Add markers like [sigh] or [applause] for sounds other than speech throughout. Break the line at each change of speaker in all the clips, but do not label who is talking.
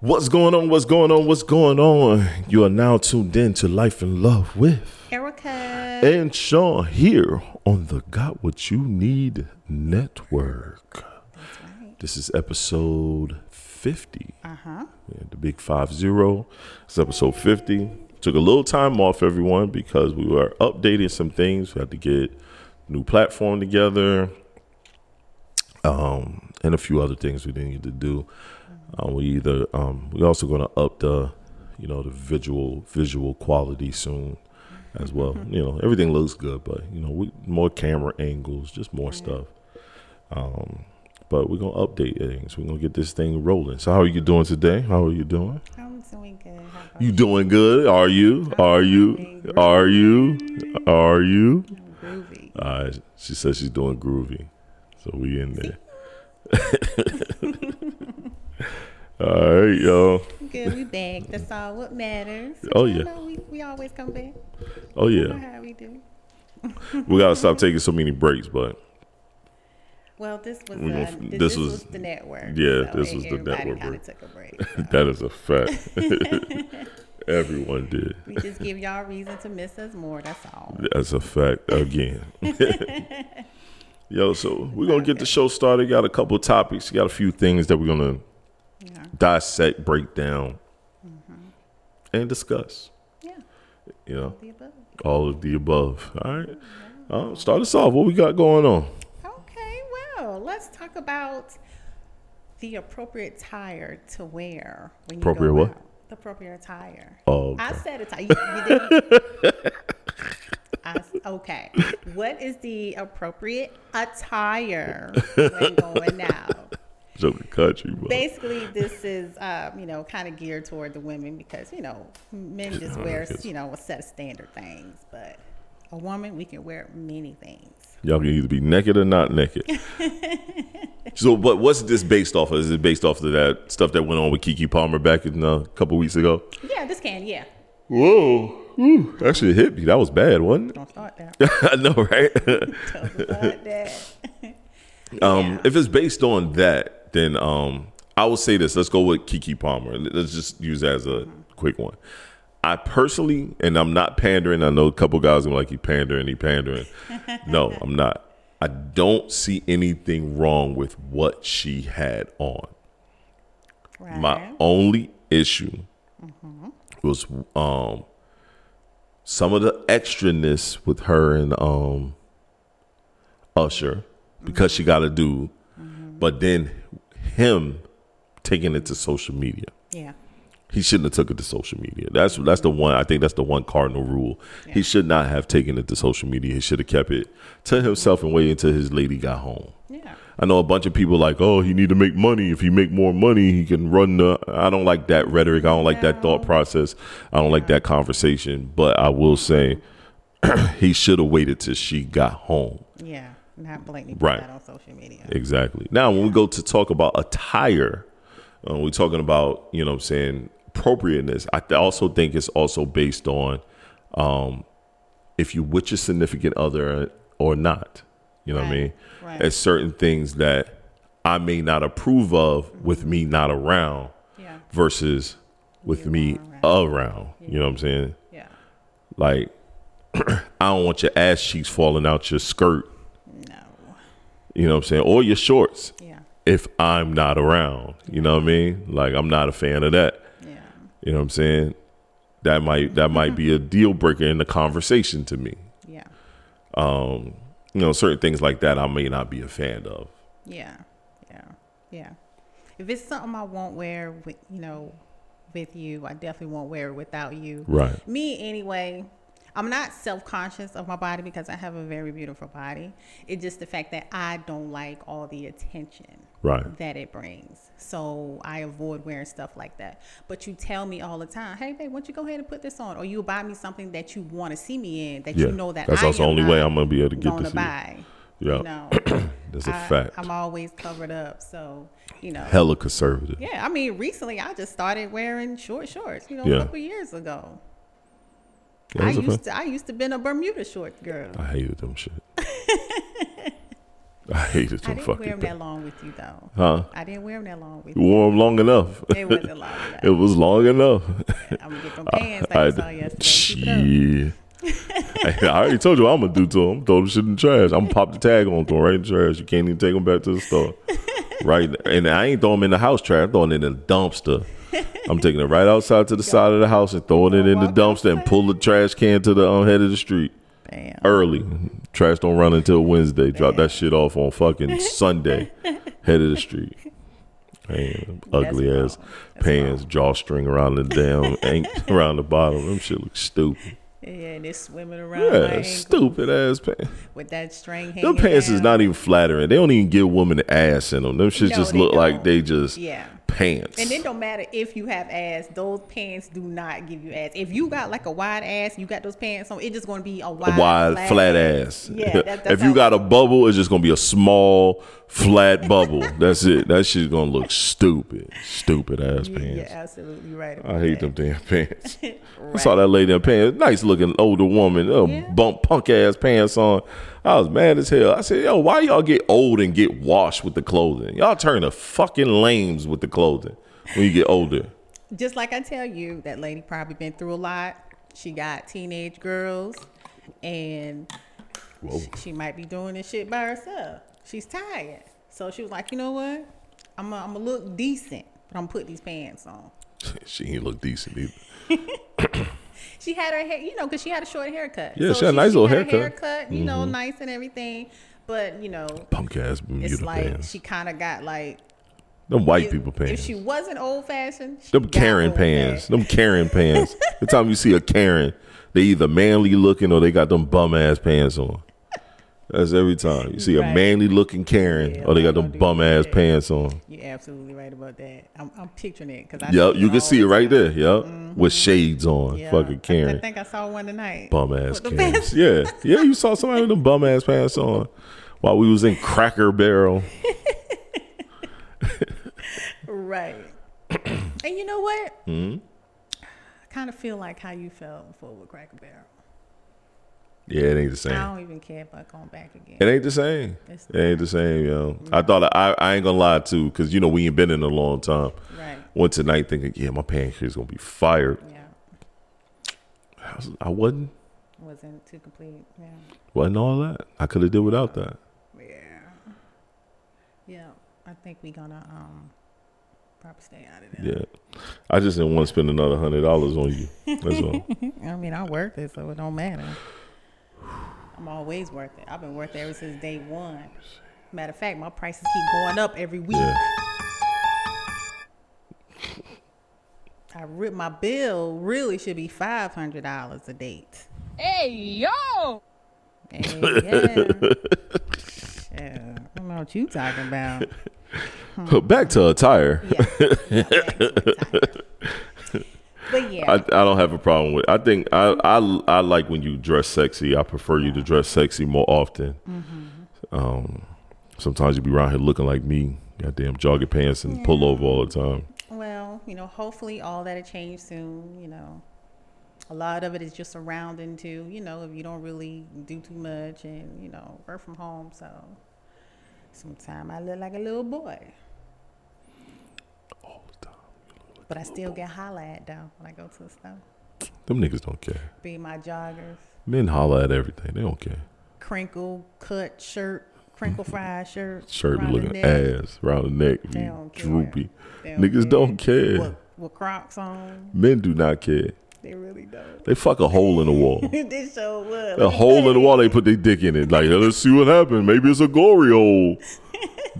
What's going on? What's going on? What's going on? You are now tuned in to Life and Love with
Erica.
and Sean here on the Got What You Need Network. This is episode 50.
Uh huh.
Yeah, the big five zero. It's episode fifty. Took a little time off, everyone, because we were updating some things. We had to get new platform together, um, and a few other things we didn't get to do. Uh, we either um, we're also going to up the, you know, the visual visual quality soon, as well. You know, everything looks good, but you know, we, more camera angles, just more stuff. Um, but we're gonna update things. We're gonna get this thing rolling. So how are you doing today? How are you doing?
I'm doing good. How about
You doing good? Are you? Are you? Are you? Are you?
you? Groovy.
Uh, she says she's doing groovy. So we in there. [laughs] All right, yo.
Good. We back. That's all what matters.
Oh,
You
yeah.
know, we, we always come back.
Oh
You know
yeah.
how we do.
We gotta stop taking so many breaks, but
Well, this was
We
uh,
gonna f-
th-
this
this,
was-
was, the network.
yeah, this was the network.
Kind of took
[laughs]
a break. so.
that is a fact. [laughs] Everyone did.
we just give y'all reason to miss us more. That's all.
That's a fact again. [laughs] Yo, so we're gonna get the show started. Got a couple topics. Got a few things that we're gonna
Yeah.
dissect, break down, and discuss.
Yeah.
You know,
The above.
all of the above. All right. Um, start us off. What we got going on?
Okay. Well, let's talk about the appropriate attire to wear when you go
Appropriate what?
out. The appropriate attire.
Oh,
I
okay.
said it. You, you didn't.
[laughs]
I s- okay. What is the appropriate attire when going out?
Joking country. Bro.
Basically, this is um, you know kind of geared toward the women because you know men just wear you know a set of standard things, but a woman we can wear many things.
Y'all can either be naked or not naked. so, but what's this based off of? Is it based off of that stuff that went on with Kiki Palmer back in uh, a couple weeks ago?
Yeah, this can. Yeah,
Whoa. Ooh, that shit hit me. That was bad, wasn't it?
don't start that.
[laughs] I know, right?
Don't start
[laughs]
that.
Um,
Yeah.
If it's based on that, then um, I would say this. Let's go with Kiki Palmer. Let's just use that as a quick one. I personally, and I'm not pandering. I know a couple guys are like, he pandering, he pandering. no, I'm not. I don't see anything wrong with what she had on.
Right.
My only issue was um some of the extraness with her and um Usher because she got a dude, but then him taking it to social media.
yeah.
He shouldn't have took it to social media. That's that's the one. I think that's the one cardinal rule. He should not have taken it to social media. He should have kept it to himself and waited until his lady got home.
Yeah.
I know a bunch of people like, oh, he need to make money. If he make more money, he can run the. I don't like that rhetoric. I don't like that thought process. I don't like that conversation. But I will say, [clears throat] he should have waited till she got home.
Yeah. Not blatantly
Right.
put that on social media.
Exactly. Now, when we go to talk about attire, uh, we're talking about you know what I'm saying appropriateness. I th- also think it's also based on um, if you with your significant other or not. You know what I
Right,
mean?
right.
There's certain things that I may not approve of with me not around
Yeah.
versus with
You
me around.
around.
You know what I'm saying?
Yeah.
Like, [clears throat] I don't want your ass cheeks falling out your skirt.
No.
You know what I'm saying? Or your shorts
Yeah.
if I'm not around. You know what I mean? Like I'm not a fan of that.
Yeah.
You know what I'm saying? That might that might be a deal breaker in the conversation to me.
Yeah.
You know, certain things like that I may not be a fan of.
Yeah, yeah, yeah. If it's something I won't wear with you know, with you, I definitely won't wear it without you.
Right.
Me anyway. I'm not self conscious of my body because I have a very beautiful body. It's just the fact that I don't like all the attention
Right.
that it brings. So I avoid wearing stuff like that. But you tell me all the time, hey babe, why don't you go ahead and put this on? Or you buy me something that you want to see me in that
Yeah.
you know that
That's
I
also the
am
only way
not
I'm gonna be able to get
gonna
to see it.
buy.
Yeah.
You
[clears throat]
know.
That's a
I-
fact.
I'm always covered up, so you know.
Hella conservative.
Yeah, I mean, recently I just started wearing short shorts. You know,
Yeah.
a couple years ago.
Yeah,
I
that's a
used
fact.
[laughs] to I used to been a Bermuda short girl.
I hated them shit. I hated them
I didn't
fucking
wear them
things.
that long with you though.
Huh?
I didn't wear them that long
[laughs]
with
You
you.
wore them long enough.
It wasn't long
[laughs]
enough.
It was long enough.
I'm gonna get them pants like I,
I,
saw yesterday. Keep it
yeah.
up.
[laughs] I already told you what I'm gonna do to him. Throw the shit in the trash. I'm gonna pop the tag on to him right in the trash. You can't even take him back to the store. Right, and I ain't throwing him in the house trash. I'm throwing it in the dumpster. I'm taking it right outside to the side of the house and throwing it in the
Walk outside.
dumpster and pull the trash can to the um, head of the street
Damn.
early. Trash don't run until Wednesday. Drop that shit off on
[laughs]
fucking Sunday. Head of the street. Man,
That's
ugly
wrong.
ass
That's
pants, drawstring around the damn
[laughs]
ankle around the bottom. Them shit look stupid.
Yeah, and it's swimming around. Oh my
Yeah,
ankle
stupid ass pants.
With that string hanging.
Them pants is
down.
not even flattering. They don't even give women ass in them. Them shit
No,
just
they
look like
don't.
they just
Yeah.
pants.
And it don't matter if you have ass; those pants do not give you ass. If you got like a wide ass, you got those pants on. It's just going to be a wide,
wide flat, ass. [laughs]
Yeah, that- that's
if you
how-
got a bubble, it's just gonna be a small
[laughs]
flat bubble. that's it. That shit's gonna look stupid. Stupid ass
You- You're
pants. Uh.
absolutely right.
I
about
hate
that.
them damn [laughs]
[laughs]
pants. I
Right.
saw that lady in pants. Nice looking older woman. Uh,
Yeah.
Bump punk ass pants on. I was mad as hell. I said, yo, why y'all get old and get washed with the clothing? Y'all turn to fucking lames with the clothing when you get older.
Just like I tell you, that lady probably been through a lot. She got teenage girls, and
Whoa.
sh- she might be doing this shit by herself. She's tired, so she was like, "You know what? I'm gonna I'm look decent, but I'm gonna put these pants on."
[laughs] She ain't look decent either.
She had her hair, you know, because she had a short haircut.
Yeah, she had a nice little
her
haircut. Mm-hmm.
you know, nice and everything. But you know,
Punk ass Bermuda
it's like
pants.
she kind of got like
Them white
if-
people pants.
If she wasn't old fashioned, she
Them
got
Karen
old
pants.
fashioned.
Them Karen pants. the time you see a Karen, they either manly looking or they got them bum ass pants on. That's every time. You see a
Right.
manly looking Karen
Yeah,
or they got
I
them
do
bum ass
that.
pants on.
You're absolutely right about that. I'm, I'm picturing it because I.
Yep,
see
you can
all
see
the
it right
time. Mm-hmm.
there. Yep. With shades on.
Yeah.
Fucking
I,
Karen.
I think I saw one tonight.
Bum ass
With the
Karen.
pants.
Yeah. Yeah, you saw somebody with them bum ass pants on while we was in Cracker Barrel. [clears throat]
Right. and you know what?
Hmm?
I kind of feel like how you felt before with Cracker Barrel.
Yeah, it ain't the same.
I don't even care about going back again.
It ain't the same.
It's
It ain't the same, yo. I thought I, I ain't gonna lie too, cause you know we ain't been in a long time.
Right.
Went tonight thinking, yeah, my pancreas gonna be fired.
Yeah.
I, was, I wasn't
wasn't too complete. Yeah.
wasn't all that. I could have did without that.
Yeah. Yeah. I think we're gonna um probably stay out of that.
Yeah, I just didn't want to spend another hundred dollars on you. That's all.
I mean I worth it, so it don't matter. I'm always worth it. I've been worth it ever since day one. Matter of fact, my prices keep going up every week.
Yeah.
I re- my bill really should be five hundred dollars a date.
Hey, yo!
Hey, yeah. [laughs] yeah. I don't know what you talking about.
Back to attire.
Yeah. yeah, back to the tire. but
[laughs]
yeah.
I, I don't have a problem with. I think I, I I like when you dress sexy. I prefer you to dress sexy more often. Um, sometimes you be around here looking like me, goddamn jogging pants and pullover all the time.
Well, you know, hopefully all that'll change soon, you know. A lot of it is just surrounding too, you know, if you don't really do too much and, you know, work from home, so sometimes I look like a little boy.
All the time.
But I still get holla at though when I go to the store.
Them niggas don't care.
Be my joggers,
Men holler at everything. They don't care.
crinkle cut shirt, crinkle fried
[laughs]
shirt.
Shirt be
round the
looking
neck.
ass, round the neck, be
They don't care.
droopy.
They
Niggas don't care.
With, with Crocs on,
Men do not care.
they really don't. [laughs]
They fuck a hole in the wall.
they sure would.
A hole in the wall, they put their dick in it. Like, let's see what happens. Maybe it's a glory
[laughs]
hole.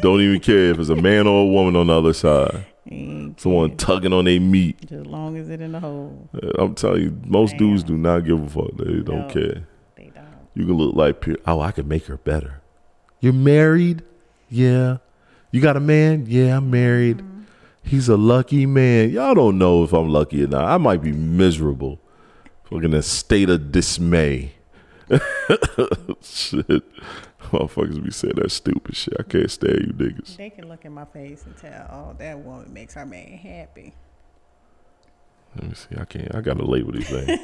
Don't even care if it's a man or a woman on the other side.
Mm,
Someone tugging on their meat.
Just as long as it in the hole.
Uh, I'm telling you, most dudes do not give a fuck. They don't
No.
care.
They don't.
You can look like, pure- oh, I could make her better. You're married? Yeah. You got a man? Yeah, I'm married. He's a lucky man. Y'all don't know if I'm lucky or not. I might be miserable. Fucking a state of dismay. [laughs] shit. Motherfuckers be saying that stupid shit. I can't stand you niggas.
They can look in my face and tell, oh, that woman makes her man happy.
Let me see. I can't. I gotta label these things.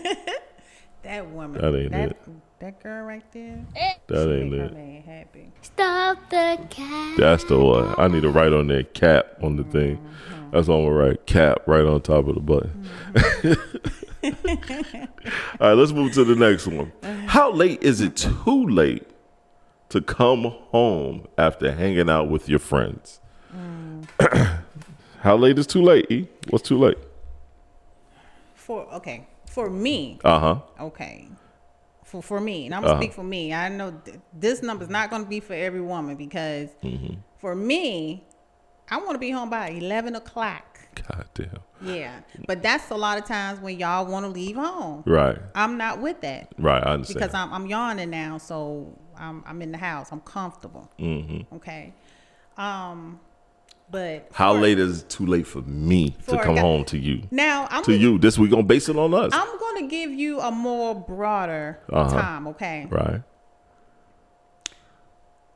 That woman.
That ain't
that,
it.
That girl right there.
Eh.
That
she
ain't
make her
it.
man happy.
Stop the cat.
That's the one. I need to write on there cap on the thing. That's what I'm gonna write cap right on top of the
[laughs]
button. All right, let's move to the next one. How late is it too late to come home after hanging out with your friends?
Mm.
[clears throat] How late is too late? E? What's too late?
For okay, for me,
Uh huh.
okay. For, for me, and I'm
Uh-huh.
gonna speak for me. I know th- this number's not gonna be for every woman because
Mm-hmm.
for me, I want to be home by eleven o'clock.
God damn.
Yeah, but that's a lot of times when y'all want to leave home.
Right.
I'm not with that
Right. I understand.
because I'm, I'm yawning now, so I'm I'm in the house. I'm comfortable. Mm-hmm. Okay, um, but
How
for-
late is too late for me to
For a
come
guy-
home to you?
Now I'm
To you. This we gonna base it on us.
I'm gonna give you a more broader
Uh-huh.
time, okay?
Right.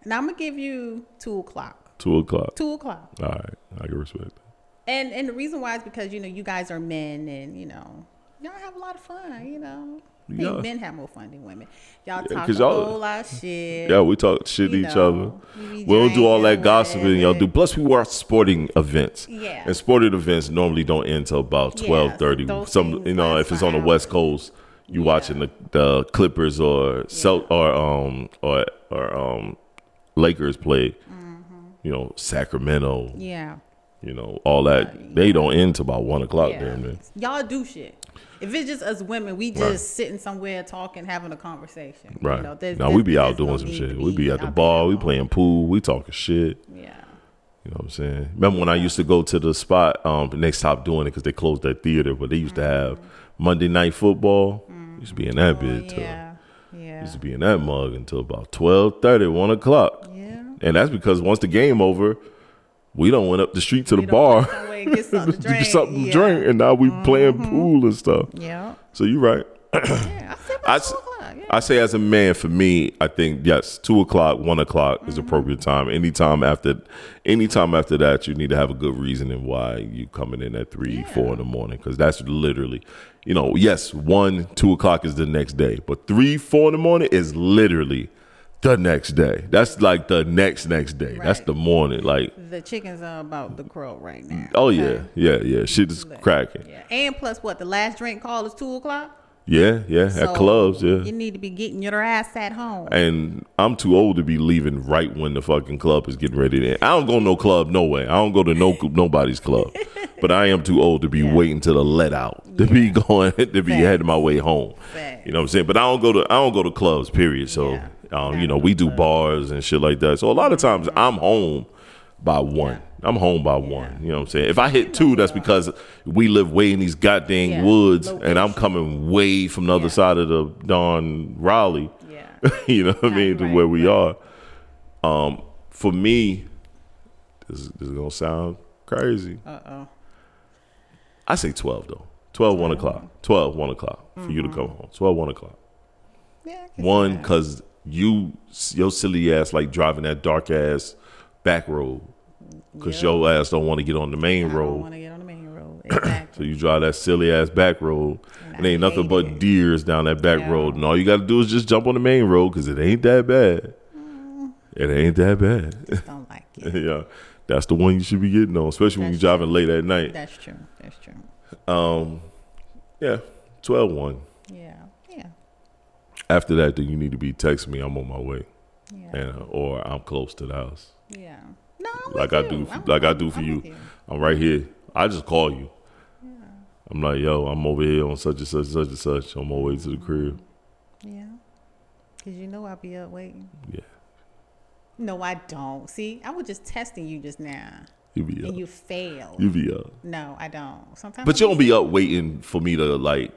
And I'm gonna give you two o'clock.
Two o'clock.
Two o'clock.
All right. I can respect that.
And and the reason why is because you know you guys are men and you know y'all have a lot of fun. You know, I think
Yeah.
men have more fun than women. Y'all talk
'cause
a
y'all-
whole lot of shit.
Yeah, we talk shit to
You
each other.
know, we
We
be
don't do all that
drinking,
gossiping y'all do.
whatever.
Plus, we watch sporting events.
Yeah.
And sporting events normally don't end till about
Yeah,
twelve thirty.
those
Some,
things
you know,
last
if it's
for
on the
hours.
West Coast, you watching the, the Clippers or Celt or um or or um Lakers play. You know, Sacramento.
Mm-hmm. Yeah,
You know, all that. They don't end till about one o'clock.
yeah.
Damn near.
Y'all do shit. If it's just us women, we just
Right.
sitting somewhere talking, having a conversation.
Right.
You know, there's-
now
there's-
we be out
there's no
doing some
need
shit.
to
We be at the
out there
bar. We
alone.
playing pool. We talking shit.
Yeah.
You know what I'm saying? Remember when I used to go to the spot? Um, and they stopped doing it because they closed that theater. But they used to have Monday night football. Used to be in that
Well,
bid till
Mm-hmm. Oh, yeah. Yeah.
used to be in that mug until about 12, 1 o'clock.
Yeah.
And that's because once the game over, we don't went up the street to the
We don't
bar
go
[laughs]
somewhere and get something to
do
drink.
something to
Yeah. Mm-hmm.
drink, and now we playing pool and stuff.
Yeah.
So you're right.
Yeah. I
I
said about
s-
two o'clock. Yeah.
I say as a man, for me, I think yes, two o'clock, one o'clock is appropriate time. Anytime after, anytime after that, you need to have a good reason and why you coming in at three, four in the morning, because that's literally, you know, yes, one, two o'clock is the next day, but three, four in the morning is literally the next day. That's like the next next day. That's
Right.
the morning. Like,
the chickens are about the crow right now.
oh yeah,
okay?
yeah, yeah, shit is cracking.
Yeah. And plus, what the last drink call is two o'clock.
Yeah, yeah,
So
at clubs, yeah.
You need to be getting your ass at home.
and I'm too old to be leaving right when the fucking club is getting ready to end. I don't go to no club, no way. I don't go to no [laughs] nobody's club. But I am too old to be waiting till the let out [laughs] to be going to be
Facts.
heading my way home.
Facts.
You know what I'm saying? But I don't go to I don't go to clubs, period. So
Yeah.
um, you know, we do bars and shit like that. So a lot of times I'm home by one. I'm home by one. You know what I'm saying? If I hit two, that's because we live way in these goddamn
Yeah.
woods
Low
and I'm coming way from the other
Yeah.
side of the darn Raleigh [laughs]
yeah.
you know what I
Yeah,
mean, to
right,
where we are. Um, for me, this is, this is gonna sound crazy.
Uh oh.
I say twelve though. 12, 1 o'clock. 12, 1 o'clock for you to
Mm-hmm.
come home. 12, 1 o'clock.
Yeah. I can see
One,
that.
cause you your silly ass like driving that dark ass back road. Cause
Yeah.
your ass don't want to get on the main
I
road.
want to get on the main road.
So
Exactly.
you drive that silly ass back road,
And
and
I
ain't nothing
hate
but
it.
deers down that back
Yeah.
road, and all you got to do is just jump on the main road because it ain't that bad.
Mm-hmm.
It ain't that bad.
Don't like it.
[laughs] yeah, that's the one you should be getting on, especially when you're
That's
driving late at night.
That's true. That's true.
Um, yeah, 12 1.
Yeah. Yeah.
After that, then you need to be texting me, I'm on my way,
Yeah.
and, uh, or I'm close to the house.
Yeah. No, I'm
Like I
with
do,
you. I'm-
like I do for
I'm
you.
with you.
I'm right here. I just call you. I'm like, yo, I'm over here on such and such, such and such. on my way to the crib.
Yeah. Cause you know I'll be up waiting.
Yeah,
No, I don't. See, I was just testing you just now,
you be up.
and you failed.
You be up.
no, I don't. Sometimes,
But
I
you don't be up waiting for me to like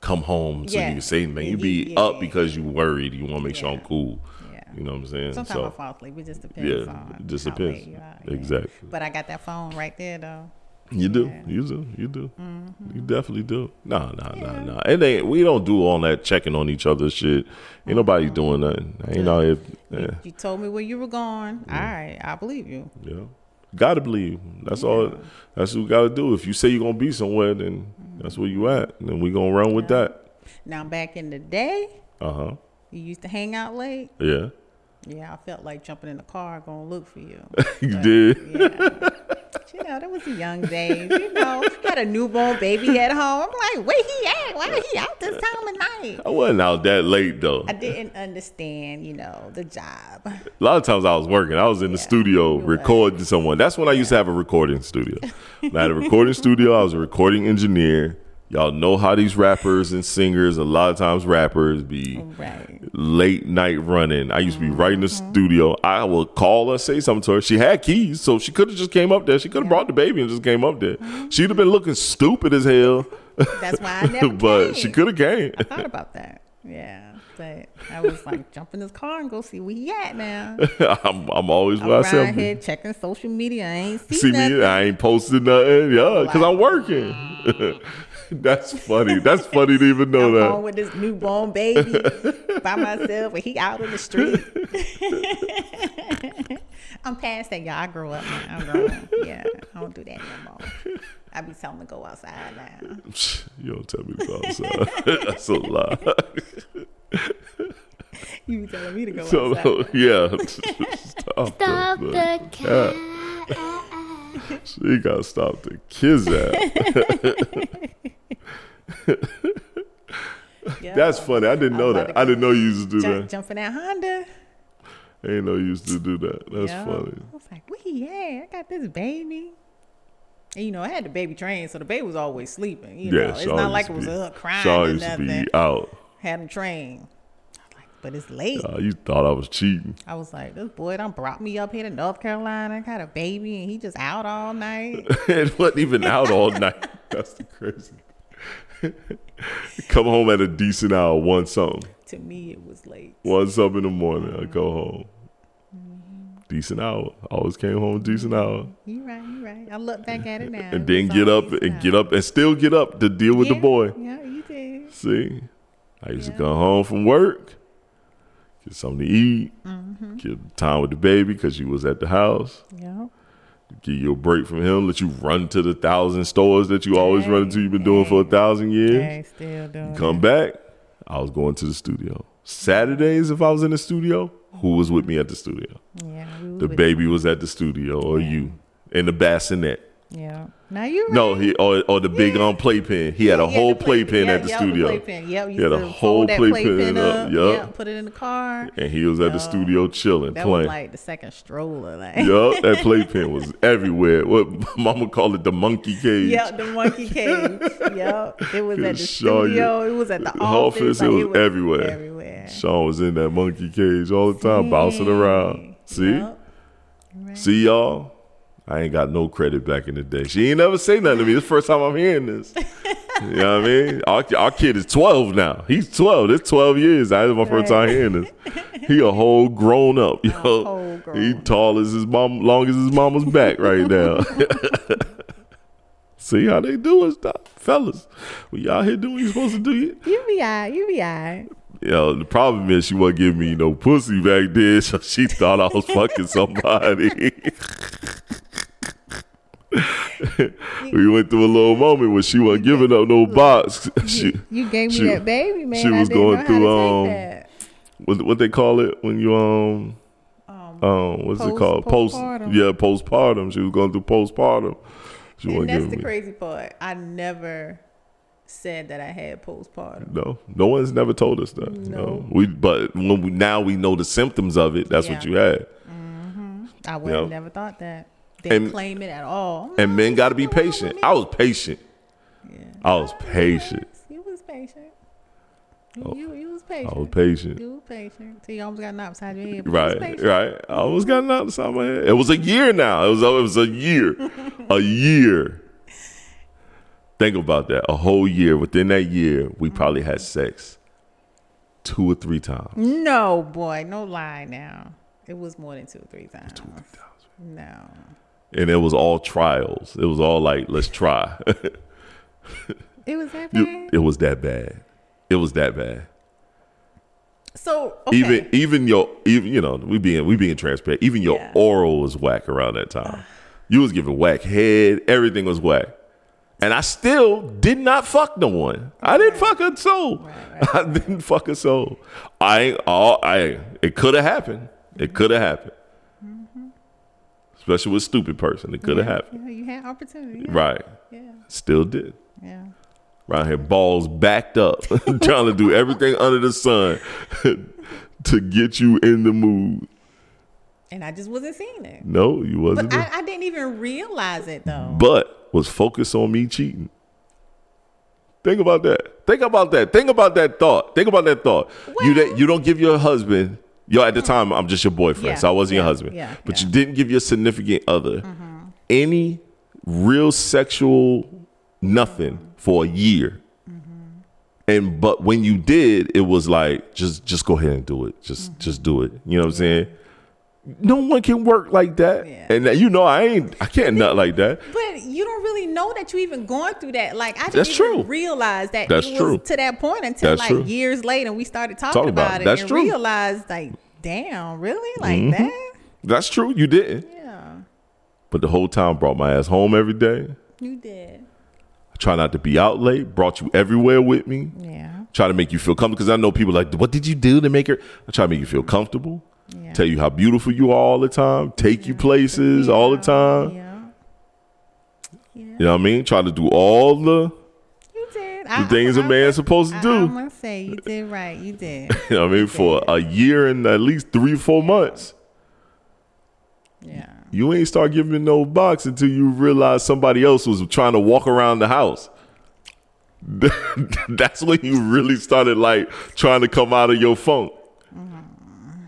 come home so
Yeah.
you can say anything. You be
Yeah,
up
yeah,
because you worried. You want to make sure I'm
Yeah.
cool.
Yeah.
You know what I'm saying?
sometimes I
so
fall asleep. It just depends
yeah,
on
it just
how late
depends.
you are, yeah.
Exactly.
But I got that phone right there though.
You do.
Yeah. Mm-hmm.
You do. You do. You definitely do. Nah, nah, nah, nah. It ain't. We don't do all that checking on each other shit. Ain't
Mm-hmm.
nobody doing nothing. Ain't out here. Yeah.
You told me where you were going. All right, I believe you.
yeah. Gotta believe. That's all.
Mm-hmm.
That's what we gotta do. If you say you're gonna be somewhere, then that's where you at. And then we gonna run with that.
Now back in the day,
Uh huh.
you used to hang out late.
Yeah. [laughs]
Yeah, I felt like jumping in the car, gonna look for you.
You did.
Yeah. But, you know, that was the young days. You know, [laughs] had a newborn baby at home. I'm like, where he at? Why he out this time of night?
I wasn't out that late though.
I
A
didn't understand, you know, the job.
lot of times I was working. I was in the
Yeah,
studio
you were.
recording someone. That's when I used to have a recording studio. I had a recording studio. I was a recording engineer. Y'all know how these rappers and singers, a lot of times rappers be
Oh, Right. Mm-hmm.
late night running. I used to be right in the studio. I would call her, say something to her. She had keys, so she could have just came up there. She could have brought the baby and just came up there.
Mm-hmm.
She'd have been looking stupid as hell,
That's why I never
[laughs] but
came.
she could have came. [laughs]
I thought about that. Yeah. But I was like, jump in this car and go see where he at
[laughs]
now.
I'm, I'm always
I'm
where I
around
say I'm
here checking social media. I ain't see,
See
nothing.
me? I ain't posting nothing. Yeah, because I'm working. [laughs] That's funny. That's funny to even know
I'm home
that.
with this
[laughs]
newborn baby by myself, and he out on the street. I'm past that, y'all. I grew up. now. I'm grown. Yeah, I don't do that no more. I be telling them to go outside now.
[laughs] You don't tell me to go outside. [laughs] That's a lie.
You be telling me to go
[laughs]
outside.
So, yeah. [laughs] Stop.
Stop
it,
the cat.
She got stopped the kids
[laughs]
at.
Yeah.
That's funny. I didn't know
I'm about
that.
to
I didn't know you used to do
Jump,
that.
jumping that Honda.
I didn't know you used to do that. That's
Yeah.
funny.
I was like, where he at? I got this baby. And, you know, I had the baby trained, so the baby was always sleeping.
Yeah,
You know, it's
she
not
always
like it
used
was
to be-
uh, crying
she
or
always used to
nothing.
be out.
Had him trained. I was like, but it's late.
Uh, you thought I was cheating.
I was like, this boy done brought me up here to North Carolina, got a baby, and he just out all
[laughs]
night.
it wasn't even out all night. [laughs] That's the crazy. Come home at a decent hour, one something,
to me, it was late.
one something in the morning. I go home, decent hour. Always came home decent hour,
You right, you right. I look back at it now.
and then get up and get up and still get up to deal with the boy.
Yeah, you did.
See, I used
Yeah.
to come home from work, get something to eat,
Mm-hmm.
get time with the baby because you was at the house.
Yeah.
Give you a break from him. Let you run to the thousand stores that you always run into. You've been doing for a thousand years.
They still doing. it.
Come back, I was going to the studio. Saturdays, if I was in the studio, who was with me at the studio?
Yeah, we was
The
with-
baby was at the studio, or you in the bassinet.
Yeah. Now you
No, he or, or the big on playpen. He had a
Yeah,
whole
the
playpen
yeah,
at the
yeah,
studio,
playpen. Yep,
He had a whole playpen up,
up.
yup.
Yeah, put it in the car.
and he was at the studio chilling,
That was
playing.
like the second stroller.
[laughs]
Like.
yup, that playpen
[laughs]
was everywhere. What [laughs] Mama called it, the monkey cage.
Yep, the monkey cage. yep, it was at the
Show you.
studio. It was at the
The
office.
office,
like,
it was everywhere.
Everywhere.
Sean was in that monkey cage all the time, bouncing around. See.
Yep. Right.
See y'all, I ain't got no credit back in the day. She ain't never say nothing to me. This first time I'm hearing
[laughs]
this. you know what I mean? Our, our kid is 12 now. He's 12. It's 12 years. That is my first time hearing this. He a whole grown up. Yo.
whole grown
He
up.
tall as his mom, long as his mama's back right
[laughs]
now. [laughs] See how they do it, stop. fellas. When y'all here doing what you supposed to do.
You be alright. You be alright.
Yo, the problem is she wasn't giving me no pussy back then, so she thought I was
[laughs]
fucking somebody. we went through a little moment where she wasn't giving up no box. [laughs] she,
You gave me
She-
that baby, man.
she
I
was
didn't
going
know how
through,
to
um,
take that.
what, what they call it when you um um, what's it
post-
called post
postpartum.
yeah postpartum. She was going through postpartum. She
And
wasn't
that's
giving
the
me
crazy part. I never said that I had postpartum.
no. No one's never told us that. No, we but when we, now we know the symptoms of it. That's what
Yeah.
you had.
I would have
Yeah.
never thought that. Didn't
And-
claim it at all.
And men got to be patient. I was patient.
Yeah.
I was patient.
You was patient. You, you, you was patient.
Oh. I was patient.
You was patient. Till you almost got knocked upside your head. but you was
Right,
patient.
right. I almost got knocked outside my head. It was a year now. It was it was a year, a year. Think about that. A whole year. Within that year, we probably had sex two or three times.
No, boy. No lie now. It was more than two or three times.
Two or three times.
No.
And it was all trials. It was all like, let's try. [laughs]
It was that bad.
it was that bad. It was that bad.
so, okay.
Even even your even you know we being we being transparent. Even your
Yeah.
oral was whack around that time. you was giving whack head. Everything was whack. And I still did not fuck no one. I didn't fuck a soul. [laughs] I didn't fuck a soul. I all I it could have happened.
Mm-hmm.
It could have happened. Especially with stupid person. It could have happened.
Yeah, you had opportunity.
Right.
Yeah.
Still did.
Yeah.
Right here, balls backed up, [laughs] trying to do everything under the sun [laughs] to get you in the mood.
And I just wasn't seeing it.
No, you wasn't.
But
there.
I, I didn't even realize it though.
but was focused on me cheating. Think about that. Think about that. Think about that thought. Think about that thought. you that you don't give your husband. Yo, at the time I'm just your boyfriend,
Mm-hmm. Yeah,
so I wasn't your
yeah,
husband.
yeah,
but
yeah. Mm-hmm.
you didn't give your significant other any real sexual nothing
Mm-hmm.
for a year. And but when you did, it was like just just go ahead and do it. Just
Mm-hmm.
just do it. You know what I'm saying? No one can work like that.
Yeah.
And that, you know I ain't I
[laughs]
can't nut like that.
But you don't really know that you even going through that. Like I didn't
That's
even
true.
realize that
That's
it was
true.
to that point until
That's
like
true.
years later and we started talking
Talk about
about,
it.
it
That's
and
true. Mm-hmm.
realized like, damn, really? Like that?
That's true. You didn't.
Yeah.
But the whole time brought my ass home every day.
You did.
I try not to be out late. Brought you everywhere with me.
Yeah.
Try to make you feel comfortable because I know people like, what did you do to make her? I try to make you feel comfortable.
Yeah.
Tell you how beautiful you are all the time. Take you places all the time.
Yeah.
You know what I mean? Try to do all
[laughs]
the,
You did.
the things a man's supposed to
I,
do.
I'm gonna say you did right. You did.
you know what I mean? For a year and at least three, four months.
Yeah.
You ain't start giving me no box until you realize somebody else was trying to walk around the house. [laughs] That's when you really started like trying to come out of your funk.
Mm-hmm.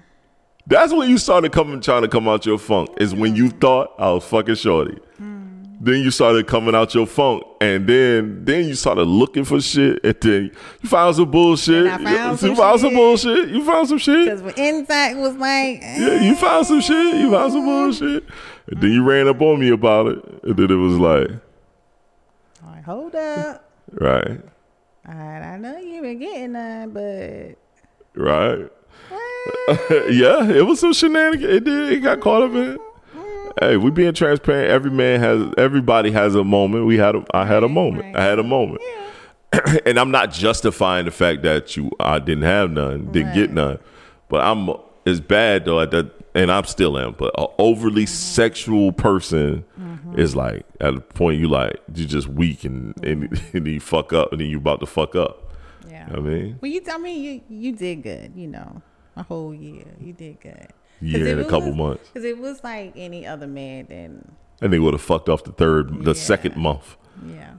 That's when you started coming trying to come out your funk. Is when you thought I was fucking shorty.
Mm.
Then you started coming out your funk, and then then you started looking for shit, and then you found some bullshit.
And I found
you
some
found some
shit.
bullshit. You found some shit.
Because when insight was like, eh,
Yeah, you found some shit. You found some bullshit. And then you ran up on me about it. And then it was like,
all right, hold up.
right,
All right, I know you been getting none, but
right.
what?
[laughs] yeah, it was some shenanigans. It did. It got caught up in. it. Hey, we being transparent. Every man has. Everybody has a moment. We had. A, I had a moment. I had a moment. [clears throat] and I'm not justifying the fact that you. I didn't have none. Didn't get
Right.
none. But I'm. It's bad though. At that, and I'm still am. But an overly
Mm-hmm.
sexual person is like at a point you like you just weak and and, [laughs]
Mm-hmm.
and then you fuck up and then you about to fuck up.
yeah.
I mean,
Well, you. I mean, you you did good. You know, a whole year. You did good. 'Cause
Year
if
and a
it
couple
was-
months.
Cause it was like any other man, then
and they would have fucked off the third, the
Yeah.
second month.
yeah,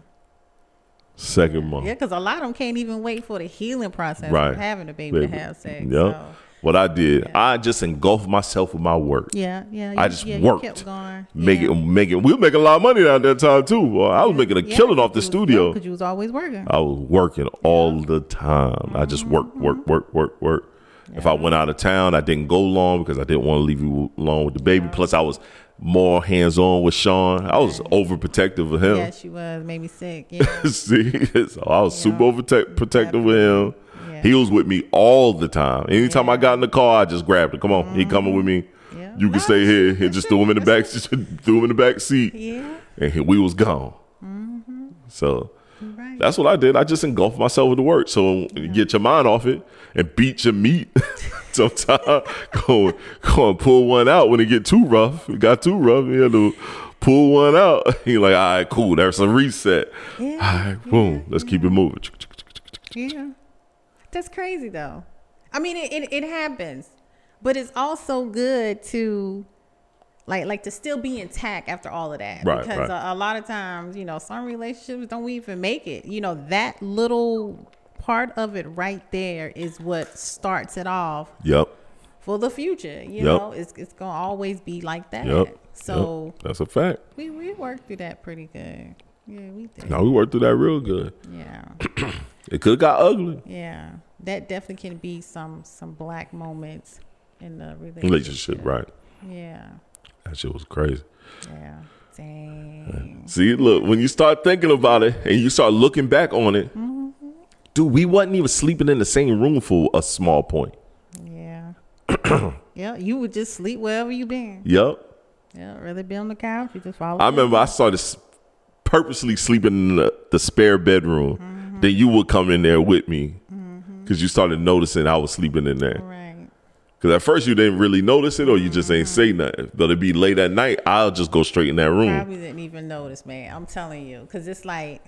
Second month.
yeah. Cause a lot of them can't even wait for the healing process
Oh. Right.
of having a baby,
Baby.
to have sex.
Yeah.
So,
What I did, I just engulfed myself with my work.
yeah, yeah.
I
you-
just
yeah, you
worked.
kept going.
Make
yeah.
it, make it. We were making a lot of money at that time too. Well, I was making a killing off the studio.
because you was always working.
I was working all the time. I just worked,
Mm-hmm.
work, work, work, work. If I went out of town, I didn't go long because I didn't want to leave you alone with the baby. Plus, I was more hands on with Sean. I was overprotective of him.
Yeah, she was made me sick.
[laughs]
Yeah,
See, so I was super overtec- protective with him.
Yeah.
He was with me all the time. Anytime I got in the car, I just grabbed it. Come on, he coming with me.
Yeah.
You can
No,
stay here. He just threw him in the
[laughs]
back. Just [laughs] threw him in the back seat,
yeah,
and he, we was gone.
Mm-hmm.
So
right.
that's what I did. I just engulfed myself with the work. So get your mind off it and beat your meat. [laughs] Sometimes [laughs] go, go and pull one out when it get too rough. It got too rough. You had to pull one out. [laughs] You're like, all right, cool. There's a reset.
yeah.
All right, boom. Let's keep it moving.
Yeah. That's crazy though. I mean it, it, it happens. But it's also good to like like to still be intact after all of that.
Right,
because
right.
A, a lot of times, you know, some relationships don't even make it. You know, that little part of it right there is what starts it off
Yep.
for the future. You
Yep.
know, it's it's gonna always be like that.
Yep.
So
Yep. that's a fact.
we, we worked through that pretty good. Yeah, we did.
Now we worked through that real good.
Yeah.
It could have got ugly.
Yeah, that definitely can be some some black moments in the relationship.
Relationship, right?
Yeah,
That shit was crazy.
yeah. Dang.
See, look, when you start thinking about it and you start looking back on it,
Mm-hmm.
dude, we wasn't even sleeping in the same room for a small point.
Yeah. yeah, you would just sleep wherever you been.
Yep.
Yeah, rather be on the couch, you just fall.
I
asleep.
remember I started s- purposely sleeping in the, the spare bedroom,
Mm-hmm.
then you would come in there with me because you started noticing I was sleeping in there.
Right.
Because at first you didn't really notice it, or you just ain't say nothing. But it'd be late at night. I'll just go straight in that room.
Probably didn't even notice, man. I'm telling you, because it's like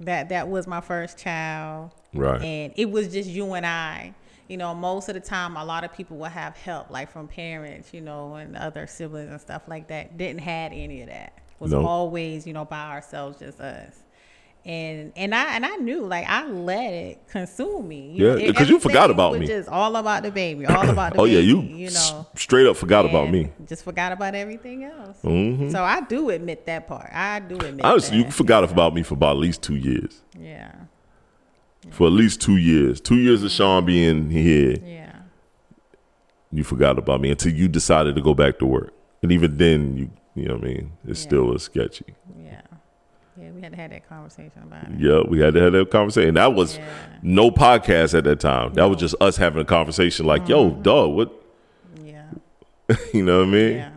that. That was my first child,
Right.
and it was just you and I. You know, most of the time, a lot of people will have help, like from parents, you know, and other siblings and stuff like that. Didn't had any of that. Was
No.
always, you know, by ourselves, just us. And and I and I knew like I let it consume me.
Yeah,
it-
'cause you forgot
everything
about
was
me.
Just all about the baby,
[coughs]
all about the
oh
baby.
yeah, you,
you
s-
know
straight up forgot about
and
me. Mm-hmm.
Just forgot about everything else. So I do admit that part. I do admit.
Honestly,
that.
you forgot about me for about at least two years.
Yeah,
For at least two years, two years of Sean being here,
yeah,
you forgot about me until you decided to go back to work. And even then, you you know what I mean. It still was sketchy.
yeah, yeah. We had to have that conversation about it.
Yeah, we had to have that conversation. That was
Yeah.
no podcast at that time. That was just us having a conversation. Like, yo,
Mm-hmm.
dog, what? [laughs]
Yeah,
You know what I mean?
yeah,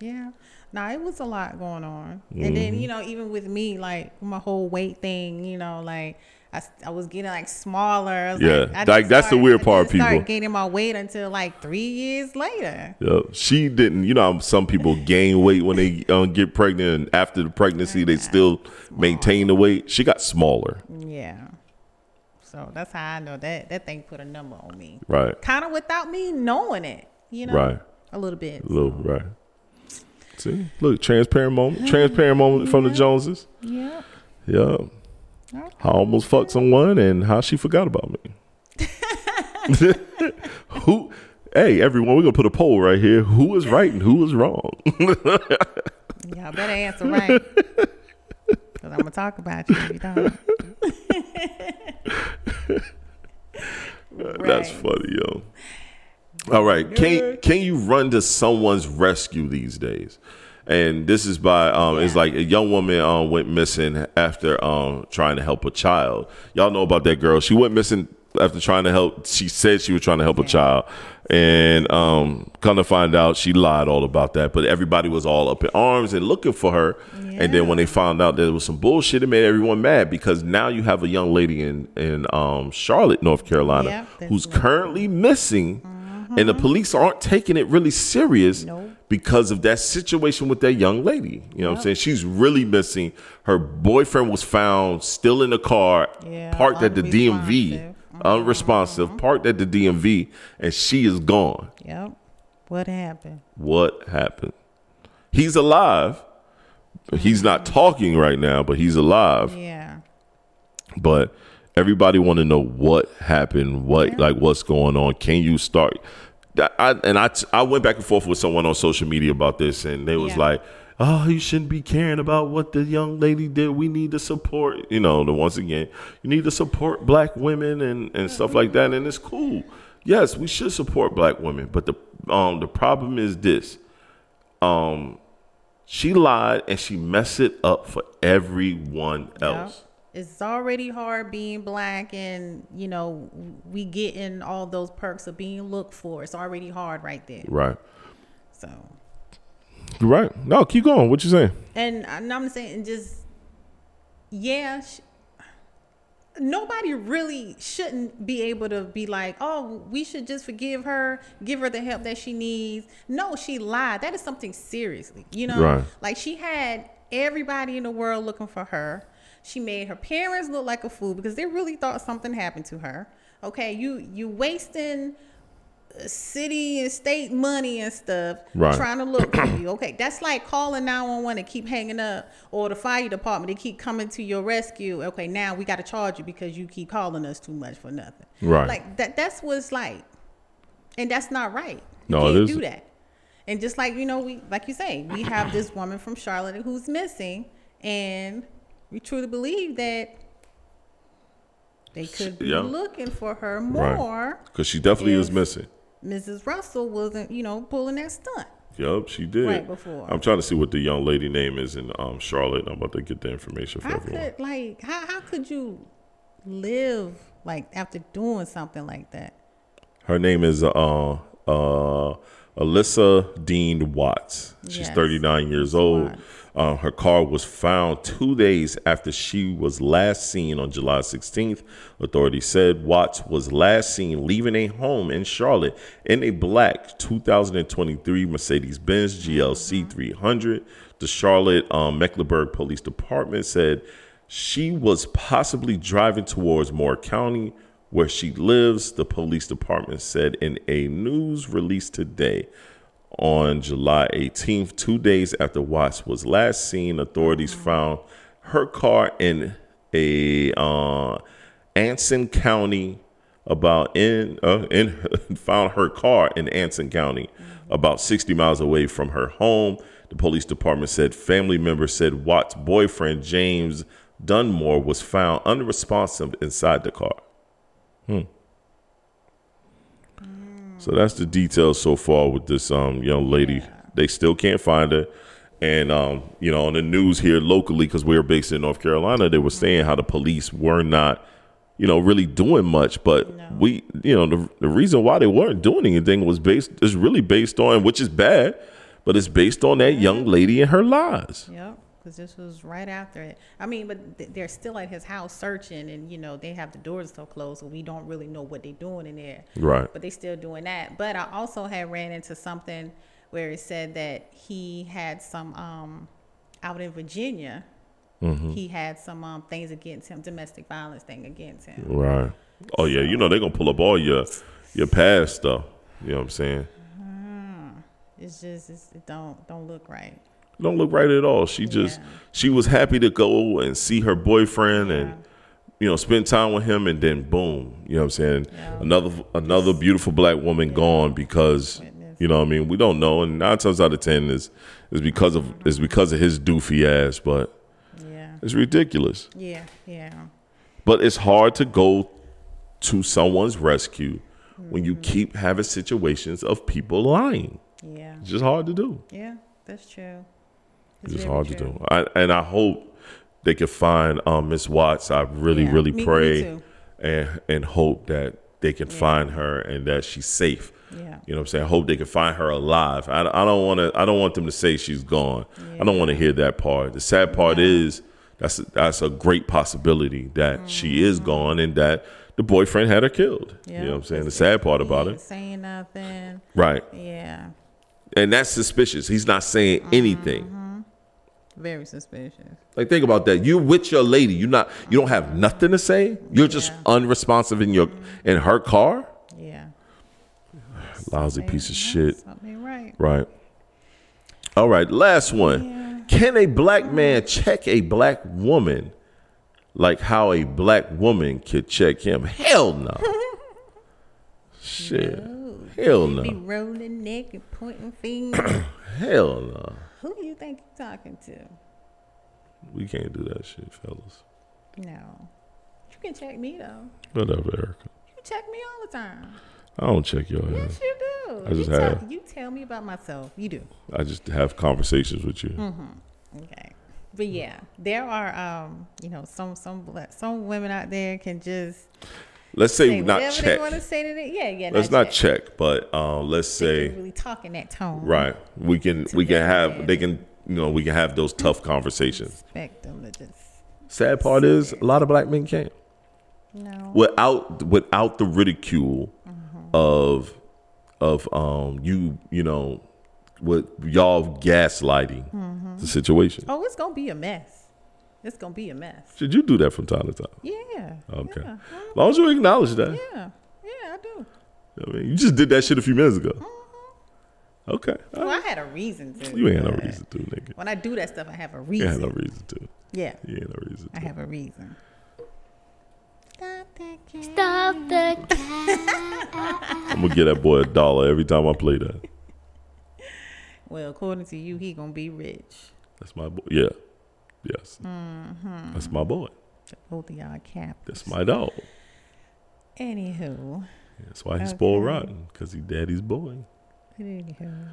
yeah. Now it was a lot going on, and
Mm-hmm.
then you know, even with me, like my whole weight thing, you know, like. I, s- I was getting like smaller. I was
Yeah,
like, I
like,
didn't
that's the
start-
weird
I
part,
didn't start
people.
gaining my weight until like three years later.
Yeah, she didn't. You know, how some people gain weight when they um, get pregnant, and after the pregnancy, they still maintain the weight. She got smaller,
Yeah. So that's how I know that that thing put a number on me.
right?
Kind of without me knowing it, you know.
Right.
A little bit.
Little, right? See, look, transparent moment, transparent moment from the Joneses.
Yeah.
Yeah,
Okay.
I almost fucked someone, and how she forgot about me. [laughs] Who? Hey, everyone, we're gonna put a poll right here. Who was right and who was wrong?
Y'all better
[laughs]
answer right. Cause I'm gonna talk about you if you don't.
That's
Right.
funny, yo. All right, can can you run to someone's rescue these days? And this is by um, it's like a young woman um went missing after um trying to help a child. Y'all know about that girl. She went missing after trying to help. She said she was trying to help a child, and um, come to find out, she lied all about that. But everybody was all up in arms and looking for her. And then when they found out that it was some bullshit, it made everyone mad because now you have a young lady in in um Charlotte, North Carolina,
Yep, that's
who's currently missing, and the police aren't taking it really serious
Mm-hmm. Nope.
because of that situation with that young lady. You know what I'm saying? She's really missing. Her boyfriend was found still in the car,
Yeah,
parked at the DMV,
unresponsive. Mm-hmm,
unresponsive, parked at the DMV, and she is gone.
Yep. What happened?
What happened? He's alive. He's not talking right now, but he's alive
Yeah.
but everybody want to know what happened what like what's going on can you start That- I, and I, t- I went back and forth with someone on social media about this and they was
Yeah.
like oh you shouldn't be caring about what the young lady did we need to support you know the once again you need to support black women and, and stuff like that and it's cool yes we should support black women but the um the problem is this um she lied and she messed it up for everyone else
Yep. It's already hard being black, and you know we getting all those perks of being looked for. It's already hard right there.
right
So
You're right. No, keep going. What you saying?
And and I'm saying just yeah, sh- nobody really shouldn't be able to be like, "Oh, we should just forgive her, give her the help that she needs." No, she lied. That is something seriously. You know,
Right.
like she had everybody in the world looking for her. She made her parents look like a fool because they really thought something happened to her. Okay, you you wasting city and state money and stuff
Right.
trying to look for you. Okay, that's like calling 911 and keep hanging up, or the fire department they keep coming to your rescue. Okay, now we got to charge you because you keep calling us too much for nothing.
Right.
Like that. That's what it's like, and that's not right. You
No, it
can't do
isn't.
that. And just like you know, we like you say, we have this woman from Charlotte who's missing, and we truly believe that they could be
Yeah.
looking for her
Right.
more.
Because she definitely was
Yes.
missing.
Mrs. Russell wasn't, you know, pulling that stunt.
Yup, she did.
Right before.
I'm trying to see what the young lady name is in um, Charlotte. I'm about to get the information for
How
everyone.
could like how how could you live like after doing something like that?
Her name is uh uh Alyssa Dean Watts. She's
Yes.
39 years old.
Watts.
Uh, her car was found two days after she was last seen on July 16th. Authorities said Watts was last seen leaving a home in Charlotte in a black 2023 Mercedes Benz GLC 300. The Charlotte um, Mecklenburg Police Department said she was possibly driving towards Moore County where she lives, the police department said in a news release today. On July 18th, two days after Watts was last seen, authorities found her car in a uh, Anson County about in uh, in [laughs] found her car in Anson County, about 60 miles away from her home. The police department said family members said Watts' boyfriend James Dunmore was found unresponsive inside the car. So that's the details so far with this um young lady. They still can't find her. And um, you know, on the news here locally, because we are based in North Carolina, they were saying how the police were not, you know, really doing much. But we, you know, the, the reason why they weren't doing anything was based is really based on, which is bad, but it's based on that young lady and her lies.
Yep, because this was right after it. I mean, but th- they're still at his house searching, and you know they have the doors still closed, so we don't really know what they're doing in there.
Right.
But they still doing that. But I also had ran into something where it said that he had some um out in Virginia. He had some um, things against him, domestic violence thing against him.
Right. Oh yeah, you know they're gonna pull up all your your past stuff. You know what I'm saying?
It's just it's, it don't don't look right.
don't look right at all. She just
Yeah.
she was happy to go and see her boyfriend and you know spend time with him, and then boom, you know what I'm saying? Another another beautiful black woman gone because
Witness.
you know what I mean we don't know, and nine times out of ten is is because of is because of his doofy ass, but
Yeah,
it's ridiculous.
yeah, yeah.
But it's hard to go to someone's rescue when
Mm-hmm.
you keep having situations of people lying.
Yeah,
It's just hard to do.
yeah, that's true.
It's
very
hard to
true.
do. I, and I hope they can find um, Miss Watts. I really,
Yeah,
really
me- me
pray
too.
and and hope that they can find her and that she's safe.
Yeah.
You know what I'm saying? I hope they can find her alive. I, I don't want to. I don't want them to say she's gone. I don't want to hear that part. The sad part is that's a, that's a great possibility that
Mm-hmm.
she is gone and that the boyfriend had her killed. You know what I'm saying? The sad part about
He ain't
it,
Saying nothing.
right?
Yeah.
And that's suspicious. He's not saying
Mm-hmm.
anything.
Very suspicious.
Like think about that. You're with your lady. You not you don't have nothing to say. You're just
Yeah.
unresponsive in your in her car.
Yeah.
Lousy piece of shit.
Something right.
Right. All right, last one. Can a black man check a black woman like how a black woman could check him? Hell
[laughs]
no. [laughs] Shit. Hell
Be
no.
rolling neck and pointing
[coughs]
fingers.
Hell no.
Who you think you talking to?
We can't do that shit, fellas.
No. You can check me though.
Whatever, Erica.
You check me all the time.
I don't check your ass.
Yes, you do.
I just
you,
have-
you tell me about myself. You do.
I just have conversations with you.
Hmm. Okay. But yeah, there are um, you know, some some black, some women out there can just
Let's say,
say
not
whatever
check.
they want to say to them. Yeah, yeah.
Let's not check, but uh, let's
They
say
really talk in that tone.
right. We can we can
them,
have
yeah.
they can you know we can have those tough conversations.
Expect them to just
Sad part is a lot of black men can't
no.
without without the ridicule
Mm-hmm.
of of um you you know with y'all gaslighting the situation.
Oh, it's gonna be a mess. It's gonna be a mess.
Should you do that from time to time?
Yeah.
Okay, Oh.
Yeah, Oh,
as long as you acknowledge that.
yeah, yeah, I do.
I mean, you just did that shit a few minutes ago. Okay, All
Well,
right.
I had a reason to.
you ain't had no
but
reason to, nigga.
When I do that stuff, I have a
You
reason.
ain't had no reason to.
Yeah,
You ain't no reason.
I
To.
have a reason.
Stop the cat.
I'm gonna get that boy a dollar every time I play that.
Well, according to you, he gonna be rich.
That's my boy. Yeah. Yes.
Mm-hmm.
That's my boy.
Both of y'all cap.
That's my dog.
Anywho,
That's why he's spoiled
Okay.
rotten because he daddy's boy.
anywho,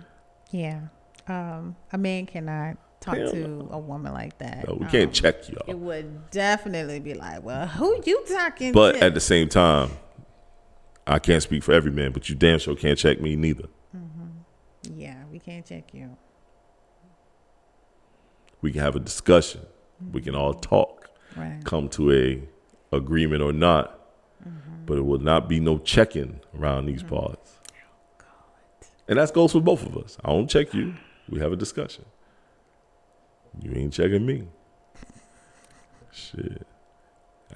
yeah. Um, a man cannot talk
Hell
to a woman like that.
No, we
Um,
can't check
It
y'all.
would definitely be like, well, who you talking
But
to?
at the same time, I can't speak for every man, but you damn sure can't check me neither.
Yeah, we can't check you.
We can have a discussion. We can all talk,
Right.
come to a agreement or not. But it will not be no checking around these parts. And that goes for both of us. I don't check you. We have a discussion. You ain't checking me. Shit.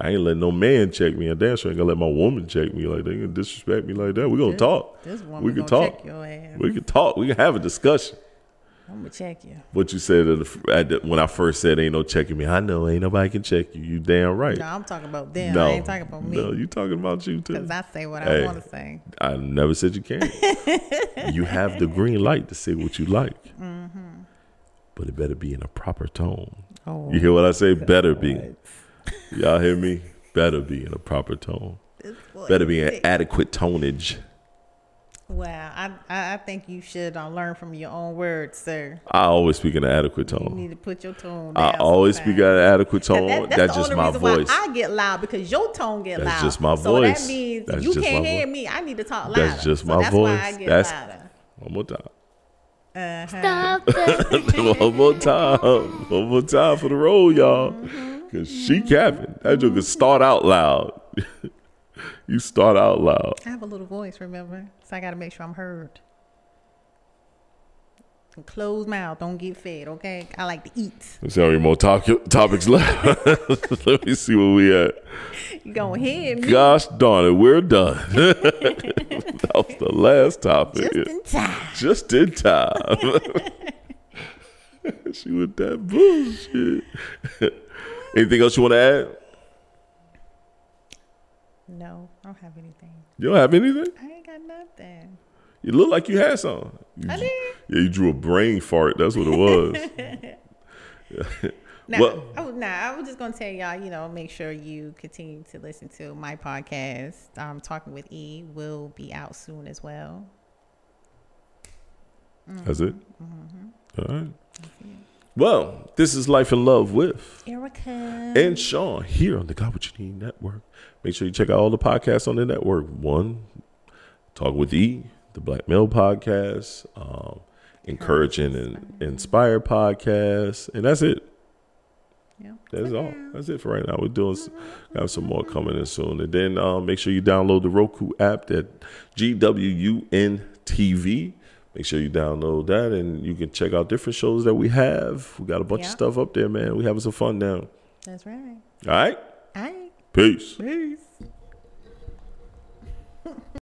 I ain't letting no man check me. I damn sure ain't gonna let my woman check me like they gonna disrespect me like that. we gonna
This-
talk.
This woman
we can
gonna
talk.
check your ass.
We can talk. We can have a discussion.
I'm gonna check you.
What you said at the, at the, when I first said ain't no checking me. I know ain't nobody can check you. You damn right.
No, I'm talking about them.
no,
I ain't talking about
No,
me.
you talking about you too.
Because I say what
Hey.
I want to say.
I never said you
[laughs]
can't. you have the green light to say what you like,
Mm-hmm.
but it better be in a proper tone.
Oh,
You hear what I say? Better be.
Lord.
Y'all hear me? Better be in a proper tone.
This boy
Better be
is
an
sick.
adequate tonnage.
Wow, I, I I think you should uh, learn from your own words, sir.
I always speak in an adequate
You
tone.
need to put your tone.
I
down
always speak in
sometimes.
an adequate tone.
That-
Oh, That's,
the
just
only
my
reason
voice.
Why I get loud because your tone get
That's
loud.
just my
So that
voice.
means
That's
you
just
can't
my
hear
voice.
me. I need to talk louder.
That's just
So
my
that's
voice.
Why I get
That's-
louder.
One more time.
Stop the
[laughs] One more time. One more time for the roll, y'all. Cause she capping. That joke could start out loud. [laughs] you start out loud.
I have a little voice, remember? So I got to make sure I'm heard. And closed mouth, don't get fed, okay? I like to eat. [laughs]
Let's see how many more top- topics left. [laughs] Let me see where we at.
You gonna
[laughs]
hear me
Gosh darn it, we're done. [laughs] that was the last topic.
just in time.
Just in time. [laughs] she with that bullshit. [laughs] Anything else you want to add?
No, I don't have anything.
You don't have anything?
I ain't got nothing.
You look like you had some. You
I
drew-
did.
Yeah, you drew a brain fart. That's what it was.
Now,
Well-
I was, nah, I was just gonna tell y'all, you know, make sure you continue to listen to my podcast. Um, Talking with E will be out soon as well.
That's it. All right. Well, this is Life in Love with
Erica.
and Sean here on the God What You Need Network. Make sure you check out all the podcasts on the network. One, Talk with E, the Black Male Podcast, um, Encouraging and Inspire Podcast, and that's it.
Yeah.
That's all. That's it for right now. We're doing s- have some more coming in soon, and then um, make sure you download the Roku app that GWUN TV. Make sure you download that, and you can check out different shows that we have. We got a bunch
Yeah.
of stuff up there, man. We having some fun now. All
That's right.
right,
All right.
peace.
Peace.